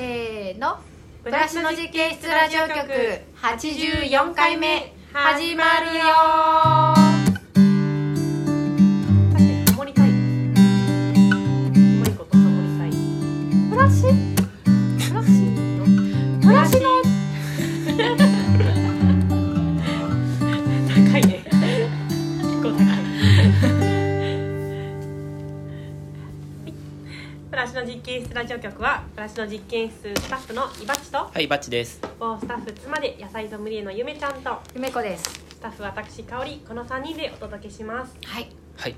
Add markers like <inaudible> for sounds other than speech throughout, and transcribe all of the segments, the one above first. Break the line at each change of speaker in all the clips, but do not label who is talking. の暮らしの実験室ラジオ局84回目始まるよ
確かにハモりたいうまいことハモりたい
暮らし暮らし暮らしの
高いね結構高いプラシの実験室ラジオ局はプラシの実験室スタッフのいばっちと
はい、バッチです。
某スタッフ妻で野菜ソムリエのゆめちゃんと
ゆめこです
スタッフ私香りこの3人でお届けします
はい
はい、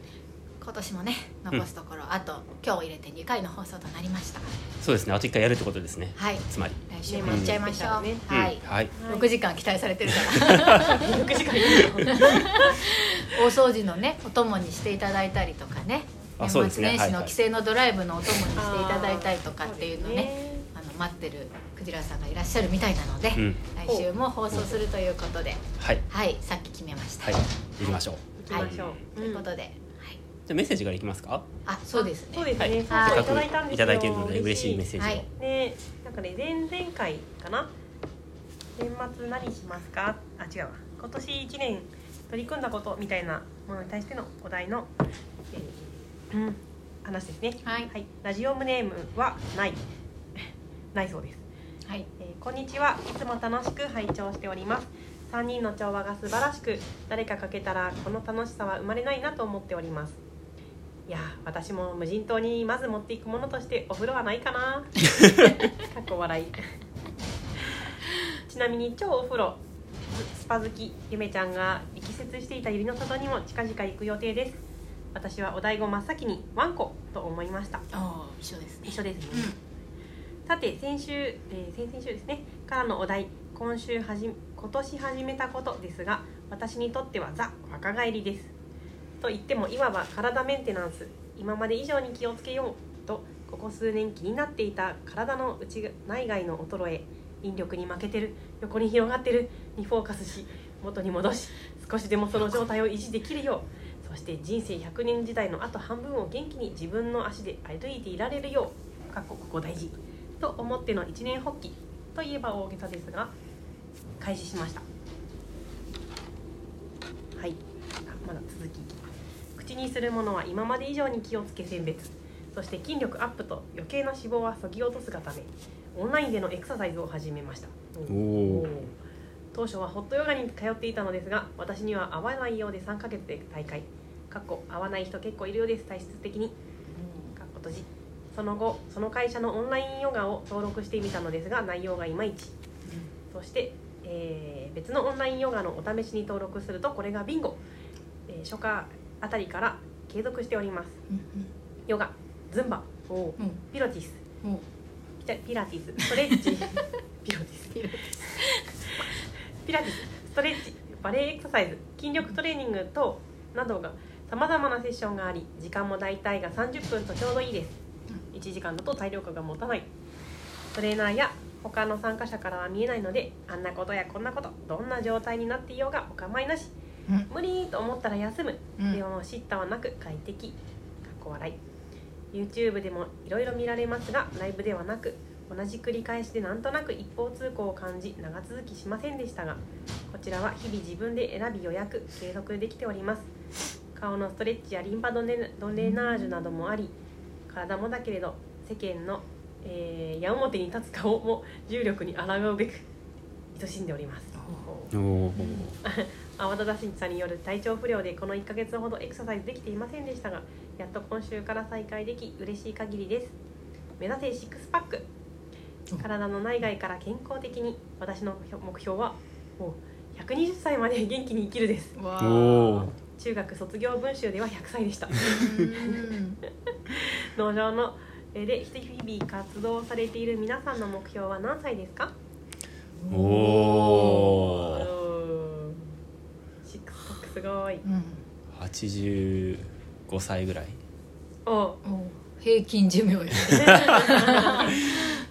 今年もね残すところ、あと今日を入れて2回の放送となりました
そうですね。あと一回やるってことですね。
はい
つまり、
来週もやっちゃいましょう、
ね
うん
はい、
はい、
6時間期待されてるから
6時間いるよ
大掃除のねお供にしていただいたりとかね
あ
年
そうです
末
ね
年始の
はいはい
帰省のドライブのお供にしていただいたりとかっていうのねあの待ってるクジラさんがいらっしゃるみたいなので、
うん
来週も放送するということで、
はい、
はいさっき決めました、
はい、行きましょう。
行きましょう、
ということで、はい、
じゃあメッセージからいきますか。
あそうです
そう
ね
ですね、
はい、
そうそうい
せ
ただいた
っか
んですよ
くいただいてるので嬉しいメッ
ジ
セージを。
はい
ねなんかね前々回かな年末何しますかあ違うわ今年1年取り組んだことみたいなものに対してのお題の、えーうん、話ですね
はい
はい、ラジオムネームはない <laughs> ないそうです
はい
えーこんにちはいつも楽しく拝聴しております3人の調和が素晴らしく誰かかけたらこの楽しさは生まれないなと思っておりますいやー私も無人島にまず持っていくものとしてお風呂はない
<laughs>
かなかっこ笑いちなみに超お風呂スパ好きゆめちゃんが力説していた百合の里にも近々行く予定です私はお醍醐真っ先にワンコと思いました
おー一緒ですね
一緒ですね、
うん
さて先週、えー先々週ですねからのお題今週はじ今年始めたことですが私にとってはザ若返りですと言ってもいわば体メンテナンス今まで以上に気をつけようとここ数年気になっていた体の内が内外の衰え引力に負けてる横に広がってるにフォーカスし元に戻し少しでもその状態を維持できるようそして人生100年時代のあと半分を元気に自分の足で歩いていられるようかっこここ大事と思っての一年発起といえば大げさですが開始しましたはいあまだ続きいきます口にするものは今まで以上に気をつけ選別そして筋力アップと余計な脂肪はそぎ落とすがためオンラインでのエクササイズを始めました
お
お
お
ー。当初はホットヨガに通っていたのですが私には合わないようで3ヶ月で大会かっこ合わない人結構いるようです体質的にかっこ閉じその後その会社のオンラインヨガを登録してみたのですが内容がいまいちそして、えー別のオンラインヨガのお試しに登録するとこれがビンゴ、えー初夏あたりから継続しております
うん
ヨガズンバおー
うん
ピロティス
うんうん
ピタピラティスストレッチピロティス
ピロテ
ピラティスストレッチバレエエクササイズ筋力トレーニング等などがさまざまなセッションがあり時間も大体が30分とちょうどいいです1時間だと体力が持たないトレーナーや他の参加者からは見えないのであんなことやこんなことどんな状態になっていようがお構いなし
うん
無理と思ったら休む
うん
でも叱咤はなく快適かっこ笑い YouTube でもいろいろ見られますがライブではなく同じ繰り返しでなんとなく一方通行を感じ長続きしませんでしたがこちらは日々自分で選び予約継続できております顔のストレッチやリンパドネドレナージュなどもあり体もだけれど世間の、えー矢面に立つ顔も重力に抗うべく勤しんでおります
おおー。
泡田田新さんによる体調不良でこの1ヶ月ほどエクササイズできていませんでしたがやっと今週から再開でき嬉しい限りです目指せシックスパック体の内外から健康的に私の目標はもう120歳まで元気に生きるです
うんわ
お
ー
お
中学卒業文集では100歳でした
うん
農場のえーで日々活動されている皆さんの目標は何歳ですか
ー。お
う
おー。
ーんシックスパックすごい
うん
八十五歳ぐらい。
お
お平均寿命よ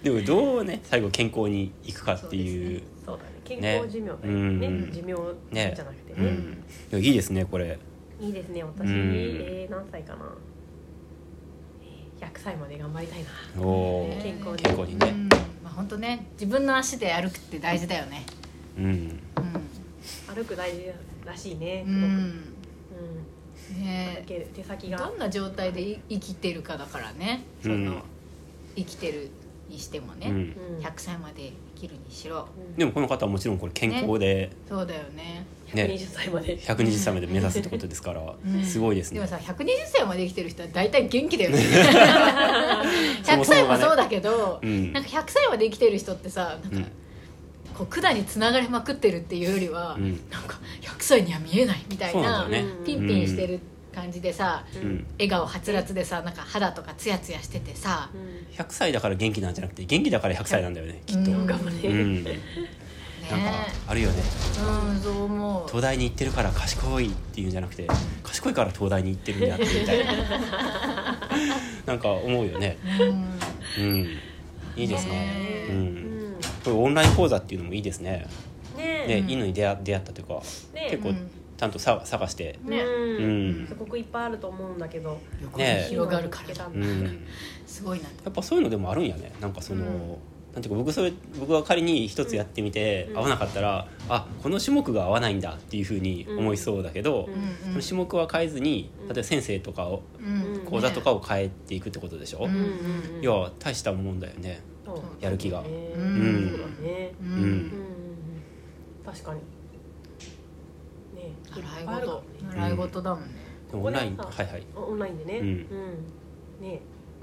でもどうね、最後健康に行くかっていう。
そうだね健康寿命だよね
うん
寿命
ね
じゃなくて
う
ね
ん。いやいいですね、これ。
いいですね私、
うん
えー何歳かなえー100歳まで頑張りたいな
おお。
健康に
健康にね
うんまあ本当ね自分の足で歩くって大事だよね
うん
歩く大事らしいね
うん、う
すごく、うん
ん、ね
け手先が
どんな状態でい生きてるかだからねその、
うん
生きてるにしても
う
ね、
ん
うん
100歳まで生きるにしろ
うん
でもこの方はもちろんこれ健康で
そうだよね
ね
120歳まで
120歳まで目指すってことですから
うん
すごいです
で
ね
もさ120歳まで生きてる人は大体元気だ
<laughs>
よね
そ
100
もそも
歳
がね
もそうだけど、
うん
なんか100歳まで生きてる人ってさなんか、
うん
こう管につながれまくってるっていうよりは、
うん
なんか100歳には見えないみたい
そうな
な、
んだよね
ピンピンしてる感じでさ、
う
うん
ん
笑顔はつらつでさなんか肌とかツヤツヤしててさ
う、ん
100歳だから元気なんじゃなくて元気だから100歳なんだよねきっと
うん
かもね
うん
ね
なんかあるよね
うんそう思う
東大に行ってるから賢いっていうんじゃなくて賢いから東大に行ってるんだってみたいな
<laughs>
なんか思うよね
うん
うんいいですね
ね
う
え
うんん
これオンライン講座っていうのもいいですね
ね
ね
う、ん
いいのに出会出会ったというか
ね
結
う
構
ん
ちゃんとさ探して
ね
う
うん
すごくいっぱいあると思うんだけど
横に
ねえ
広がるからだ
う
うんん
すごいな
やっぱそういうのでもあるんやねなんかその、
うん
なんていうか僕それ僕が仮に一つやってみて
うん
合わなかったら、あこの種目が合わないんだっていうふうに思いそうだけど、
うん
その種目は変えずに例えば先生とかを
うん
講座とかを変えていくってことでしょ、
う
うん
ん
うん
いや大したもんだよね
そう
やる気が
そうだね
うん
そうだね
う
うん
うんんうんうん確かに
習い
ねいっぱいあるかも
事
ね
習い事だもんね
でもオンライン
ここで
はいはい
オンラインでね
うん
うんね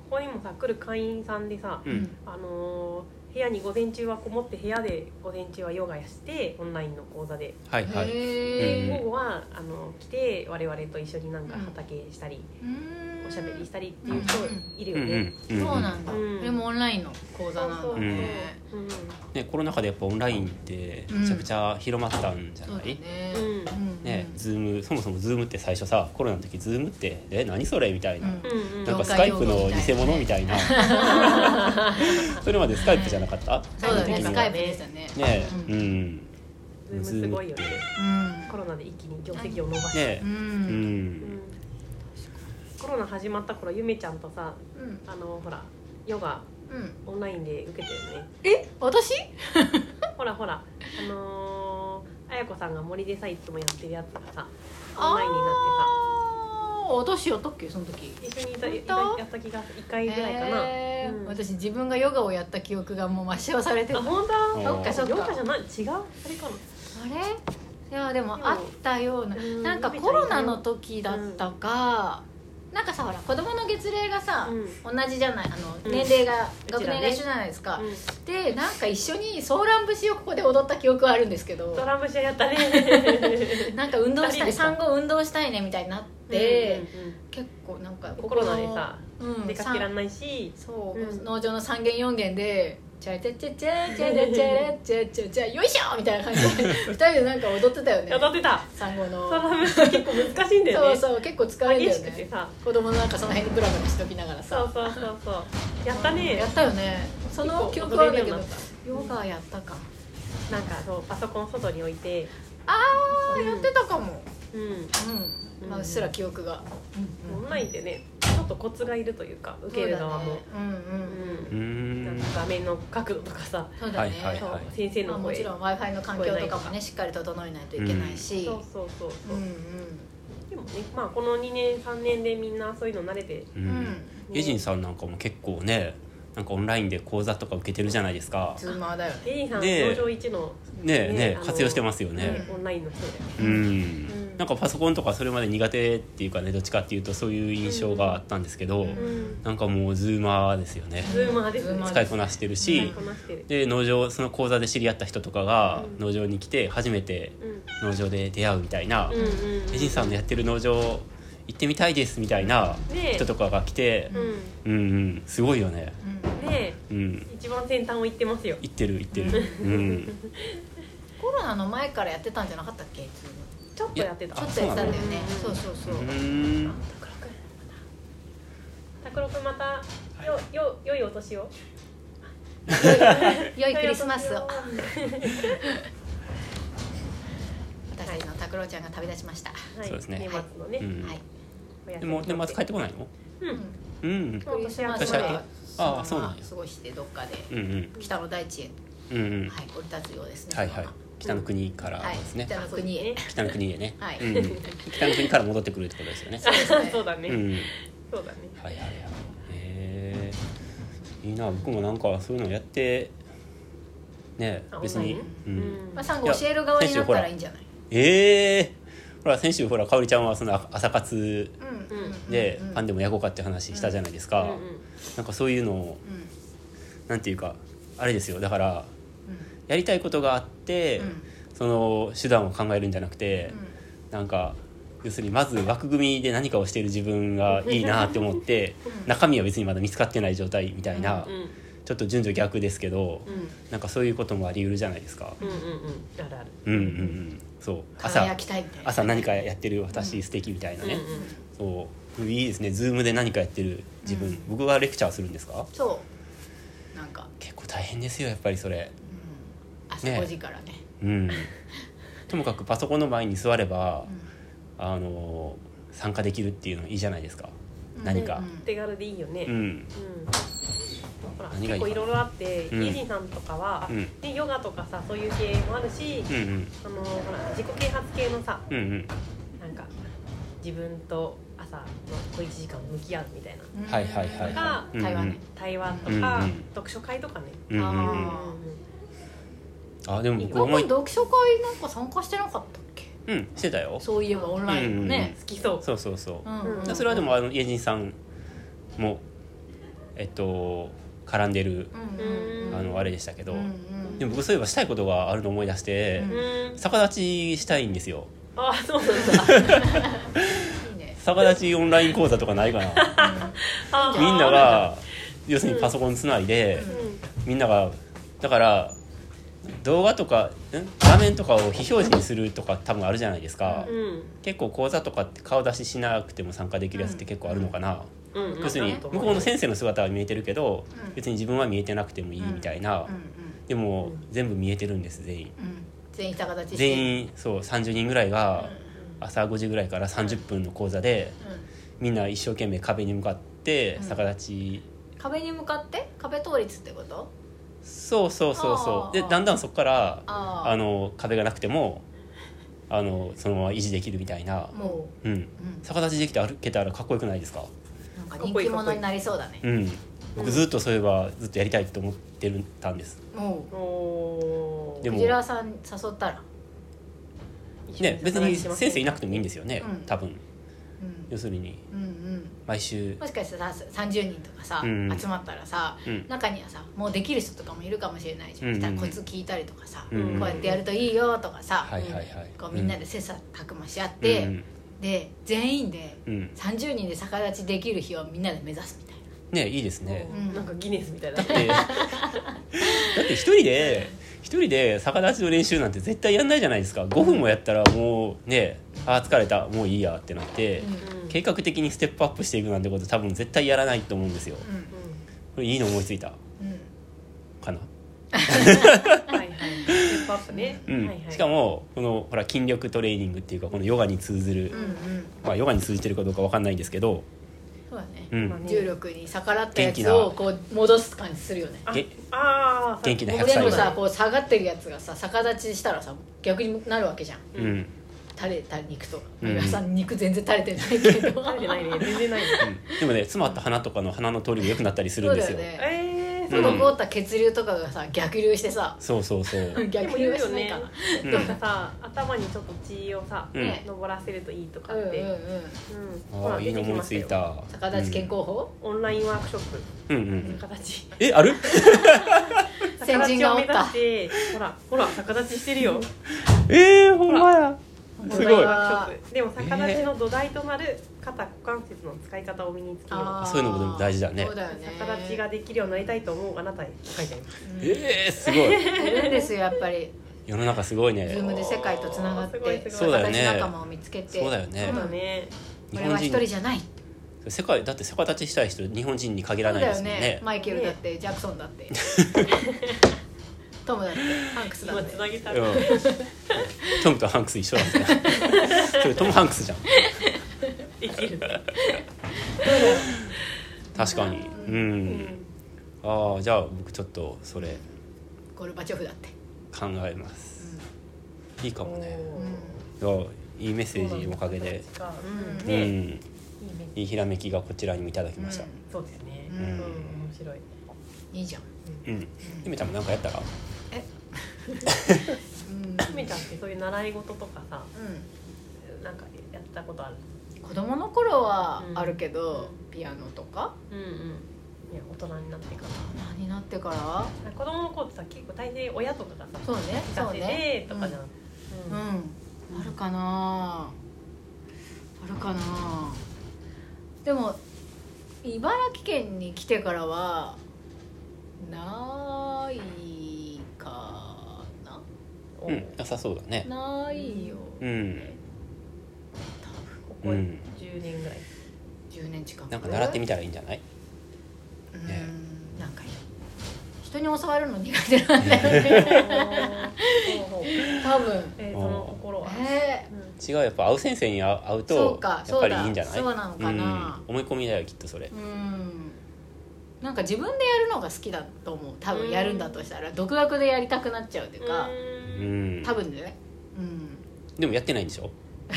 ここにもさ来る会員さんでさ
うん、
あのー部屋に午前中はこもって部屋で午前中はヨガやしてオンラインの講座で
はいはい
へ
午
え
後はあの来て我々と一緒になんか畑したり、
うん
おしゃべりしたりっていう人いるよ
うん
ね。
うん
そうなんだこ
うん
れもオンラインの講座なん
そう
だ
そう
ね
そう。うん
ね、コロナ禍でやっぱオンラインってめちゃくちゃ広まったんじゃ
そう
な
だ
い、
ね
うん
うん
ね、ズームそもそもズームって最初さコロナの時ズームってえ何それみたいな、
うん
うんうん
なんか
業
ス
界
カイ
用語
プの偽物みたいなそれまでスカイプじゃなかった
そうだ
基
ねス
本的に
カ
は
イプでしたね
ねえ
う
うんん、
ズームすごいよね。
うん
コロナで一気に業績を伸ばした。
ね
う
うん
うんんコロナ始まった頃ゆめちゃんとさ
うん
あのほらヨガ
うん
オンラインで受けてるね。
え私
ほらほらあのー、あやこさんが森でさいつもやってるやつがさオンラインになっ
あー私やったっけその時
てさ一緒にいた
本
いた
当
やった気が一回ぐらいかな。
へー
うん
私自分がヨガをやった記憶がもう抹消されてた
あ
あ
本当
そっか
そっか
ヨガじゃない違うそれか
れいやでもあったような
うん
なんかコロナの時だったか、なんかさほら子供の月齢が
な
さ、
うん
同じじゃないあの
うん
年齢が、
うちらね
学年が一緒じゃないですか、
うん
でなんか一緒にソーラン節をここで踊った記憶はあるんですけど
トランプシャやった
<laughs>
ね
なんか運動し
二人
た
で
い
さ
産後運動したいねみたいになって、結構なんか
うんうん
ここ
コ
の
ロナでさ
うん
出かけらんないし
そう、
うん
農場の3軒4軒で「チャチャチャチャチャチャチャチャチャチャよいしょ!」みたいな感じで2人でなんか踊ってたよね
やってた
産後の
トランプシャ結構難しいんだよ
そう
ね
そう結構疲れるん
激
だよ
しくて
ね
さ
子供のなんかその辺でブラブラしときながら
そう
さ
そうそうそうやったね
やったよねその記憶はあるんだけどヨガやったか
なんかそうパソコン外に置いて
ああ、
うん
やってたかも
うん
う、
うんん
まあ、うっすら記憶が、
オンラインでねちょっとコツがいるというか受ける側も
そうだねうんう
う
ん
うんん
なんか画面の角度とかさ
そうだね、
はいはい
そう先生
まあ、
の
も
声
ち
そ
ろ
うん
w i f i の環境とかもねしっかり整えないといけないし、うん
そうそうそううんでもね、まあ、この2年3年でみんなそういうの慣れて
う
う
ん
んエジンさんなんかも結構ねなんかオンラインで講座とか受けてるじゃないですか
ズーマーだよね
エイさん
ねえ
登場一の、
ねえねえ
あの
活用してますよね
オンラインの人で、
うん、
うん
なんかパソコンとかそれまで苦手っていうかねどっちかっていうとそういう印象があったんですけど、
うん、
なんかもうズーマーですよね
ズーマーですね
ズーマー
使いこなしてるし、
使いこなしてる、
で農場その講座で知り合った人とかが
うん
農場に来て初めて
うん
農場で出会うみたいな、
うんうんうん、
エジンさんのやってる農場行ってみたいですみたいな
ねえ
人とかが来て
う、ん
うんうんすごいよね、
うん
ね
うん
え、一番先端を行ってますよ
行ってる行ってる、うん、
コロナの前からやってたんじゃなかったっけズーム
ちょっとやってた
ちょ
あ
っとやってたんだよねそ
そ
うう
な
そうそうう、
ん
タクロ君またよよよいお年を
良いクリスマス
良い
を
お年
私たちの拓郎ちゃんが旅立ちました、
はい、
そうですね
年末のね、
うん
はい
お休み
でも年末帰ってこないの
う
う
んん
うん
もう年明
ク
け
リスマスは
年
そ
ああ
の
そう
ま
なん
ま
や
過ごしてどっかで
うんうん
北の大地へ、
うんうん
はい、降り立つようですね
はいは
そ
い
のま
北の国から
まはい
ですね
北の国へ
北の国へね
はい
うんうん北の国から戻ってくるってことですよね
そうですね
そうだ
う
ね、
んうん
そうだね
はいはいはいへえいいな僕もなんかそういうのやってね
あ
別に
う、
うんん
まあ、サンゴ教える側になったらいいんじゃない
ええほら先週ほらかおりちゃんはその朝活
うんうんうん
で
うん
パンでも焼こうかって話したじゃないですか、
うん
なんかそういうのを
う
なんていうかあれですよだから
ん
やりたいことがあって、
うん
その手段を考えるんじゃなくて、なんか要するにまず枠組みで何かをしている自分がいいなって思って
うん
中身は別にまだ見つかってない状態みたいな、
うんうん
ちょっと順序逆ですけど、
うん
なんかそういうこともあり得るじゃないですか。
うんうんうんあるある
うんうんうん、そう
輝
朝
きたいみたいな
朝何かやってる私素敵みたいなね、
うんうん
そういいですねズームで何かやってる自分、僕がレクチャーするんですか
そうなんか、
結構大変ですよやっぱりそれ
うん、朝
ね
5時からね
うんともかくパソコンの前に座れば
う、ん
あの参加できるっていうのいいじゃないですか、
うん
何か
手軽でいいよね、
うん
ほら
何が
結
いい
構いろいろあって、
うん
イージーさんとかは、
うん
でヨガとかさそういう系もあるし、
うんうん
あのほら自己啓発系のさ
うんうん
なんか自分と朝の小1時間向き合うみたいな
うんうん
はいはいはい
が
はいうんうん
台湾ね
対話とか、
うんうん
読書会とかね、
うんうんうん
あ
あでも僕
なん
思
か
い
読書会なんか参加してなかったっけ
うんしてたよ
そういえばオンラインのね、
好きそう
そうそうそうう、
ん
うん
でそれはでもあの家人さんもえっと絡んでる
うんうんうん
あのあれでしたけど、
うんうん
でも僕そういえばしたいことがあるの思い出して、
うん
うん
逆立ちしたいんですよ
あそう
<laughs>
なんだ
いいね
逆立ちオンライン講座とかないかな
あー
みんなが要するにパソコンつないで、
うん
みんながだから動画とかん画面とかを非表示にするとか多分あるじゃないですか、
うん
結構講座とかって顔出ししなくても参加できるやつって結構あるのかな、
うんうん
要するに
あると
向
思
こうの先生の姿は見えてるけど、
うん
別に自分は見えてなくてもいいみたいな、
うんうん
で
う
も
ん
全部見えてるんです全員
うん全員逆立ちして員
全員そう30人ぐらいが朝5時ぐらいから30分の講座でみんな一生懸命壁に向かって
うん
逆立ち、
壁に向かって壁倒立ってこと
そうそうそう
あ
そ
ー
うでだんだんそこから
あー
あの壁がなくてもあのそのまま維持できるみたいな、
も
うん、
う、うん、
逆立ちできて歩けたらかっこよくないですか
なんか人気者になりそうだね
うん僕ずっとそういえばずっとやりたいと思ってるたんです
も
おー
う
でも
クジラさん誘ったら、
一緒
ね別に先生いなく
て
てもいいんですよね、
うん
多分
うん
要するに
うんうん、
毎週
もしかしてさ30人とかさ、
うんうん
集まったらさ
うん
中にはさもうできる人とかもいるかもしれないじゃん、
うんうん
したらコツ聞いたりとかさ、
うんうん
こうやってやるといいよとかさ、
はいはいはい
こうみんなで切磋琢磨し合って、
うん
で全員で
うんうん
30人で逆立ちできる日をみんなで目指すみたい
ねいいですね、
うん
なんかギネスみたいな
だってだって一人で一人で逆立ちの練習なんて絶対やんないじゃないですか5分もやったらもうねあー疲れたもういいやってなって、
な、
うん
計画的にステップアップしていくなんてこと多分絶対やらないと思うんですよ
う
これいいの思いついた
んうん
かな、
うんはいはいステップアップね
うん
はいはい
しかもこのほら筋力トレーニングっていうかこのヨガに通ずる、
うんうん
まあヨガに通じてるかどうかわかんないんですけど、
そうだね、
うん
まあね
重力に逆らったやつをこう戻す感じするよね
あ
げ
あー
元気な
僕
100
で
歳
も
ま
さ
で
こう下がってるやつがさ逆立ちしたらさ逆になるわけじゃん
うん、うん
垂れた肉とか、
うん
皆さん肉全然垂れてないけど
垂れてないね全然
<laughs>
ないね
でもね詰まった鼻とかの鼻の通りが良くなったりするんですよ
そうだよね
えー
滞った血流とかがさ逆流してさ
そうそうそう
でも
逆
言
流
う
はし
よ
ない
ね
かな、
うん
なんかさ頭にちょっと血をさ
うん
ね
登らせるといいとか
うん
っ
うん
て
うん
うんほ
あ
ら
あいいの思いつい
出てきましたよ
た
逆立ち健康法、
オンラインワークショップ
うんうんうん
逆立ち
えある
<laughs>
<laughs>
先人がおった
逆立ちを目指してほらほら逆立ちして
<laughs>
るよ
えー、ほんまや
ほ
す
ら
ごい
ワークショップでも逆立ちの土台となる肩股関節の使い方を身につけよう
ー
そういうのもでも大事だね
そうだよね
逆立ちができるようになりたいと思うあなたに書いてあります
うん
えー、すごい
<laughs> いるんですよやっぱり
世の中すごいね
ズームで世界とつながっ
すごい
て
すごいそう
だよね
私仲間を見つけて
そうだよね
そうだね
日
俺
本
は一人
人
じゃない
世界だって逆立ちしたい人日本人に限
そ
ら
う
ない
だ
で
よ
すもんね
ねマイケルだってジャクソンだって
<laughs>
トムだってハンクスだ
今
って
つなげた
うん、トムとハンクス一緒なんだねそれトム・ハンクスじゃん
できる
確かにう
うんん
ああじゃあ僕ちょっとそれ
ゴルバチョフだって、
考えますいいかもね
おー
いやいいメッセージのおかげで
そうなんで
う
すかうんね、いいメッセー
いいひらめきがこちらにもいただき
うん
ました
ジそうですね。
う
うんん、面白い。
いいじゃん、
うん、ゆめちゃんもなんかやったら
うん
ゆめちゃんってそういう習い事とかさ、
う
なんかやったことある？
ん、子供の頃は
うん
あるけど、ピアノとか
うんうん。いや大人になってか
何になってから
ら。子供の子ってさ結構大抵親とかがさ、
そうね
聞
そ
か
う
せ
ね
てとかじゃん。
うん、
うん
うんあるかなあるかなでも茨城県に来てからはないかな
お
うんなさそうだね
ないよ
うん
多分
ここ
うん
10年
<laughs>
ぐらい。 <laughs>
10年近く
なんか習ってみたらいいんじゃないね
うんなんか人に教わるの苦手なんだよね
ほうほう
多分
えー、その心は。
え
うん
違うやっぱ会う先生に会会う
そ
と
う
や
か
っぱりいいんじゃない
そうだそうなのかな
うん、思い込みだよきっとそれ
ー、うんなんか自分でやるのが好きだと思う多分やるんだとしたら独学でやりたくなっちゃうっていうか
う
うん
ん
多分ねうん
でもやってないんでしょ
あ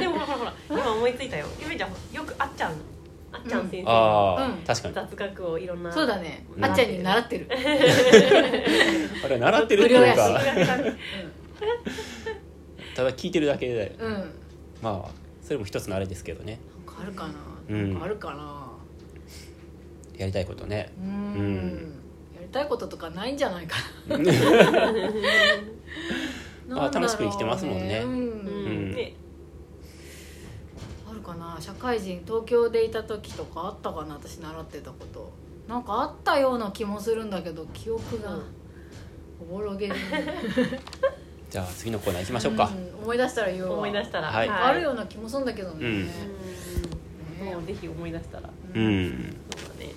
でもほらほらほら今思いついたよ。ゆめちゃんよくあっちゃんのあっちゃん先生の
ああ、
うん
確かに
雑学をいろんな。
そうだね
うん
あっちゃんに習ってる
<laughs> あれ習ってるっていう
無料
か
雑学
ただ聞いてるだけで
うんうんなん
まあそれも一つのあれですけどね
かあるか
う
なんなんかあるかな
やりたいことね
うんやりたいこととかないんじゃないか
<laughs>
な
まあ楽しく生きてますもんね
なんだろう
う
ねうん
んね
あるかな社会人東京でいた時とかあったかな私習ってたことなんかあったような気もするんだけど記憶がおぼろげ
<laughs>
に
じゃあ次のコーナー行きましょうか、
うん思い出したら言うわ
思い出したら、
はい
あるような気もするんだけどね、
うん
うんもうぜひ思い出したら、
う
うんん
そうだね。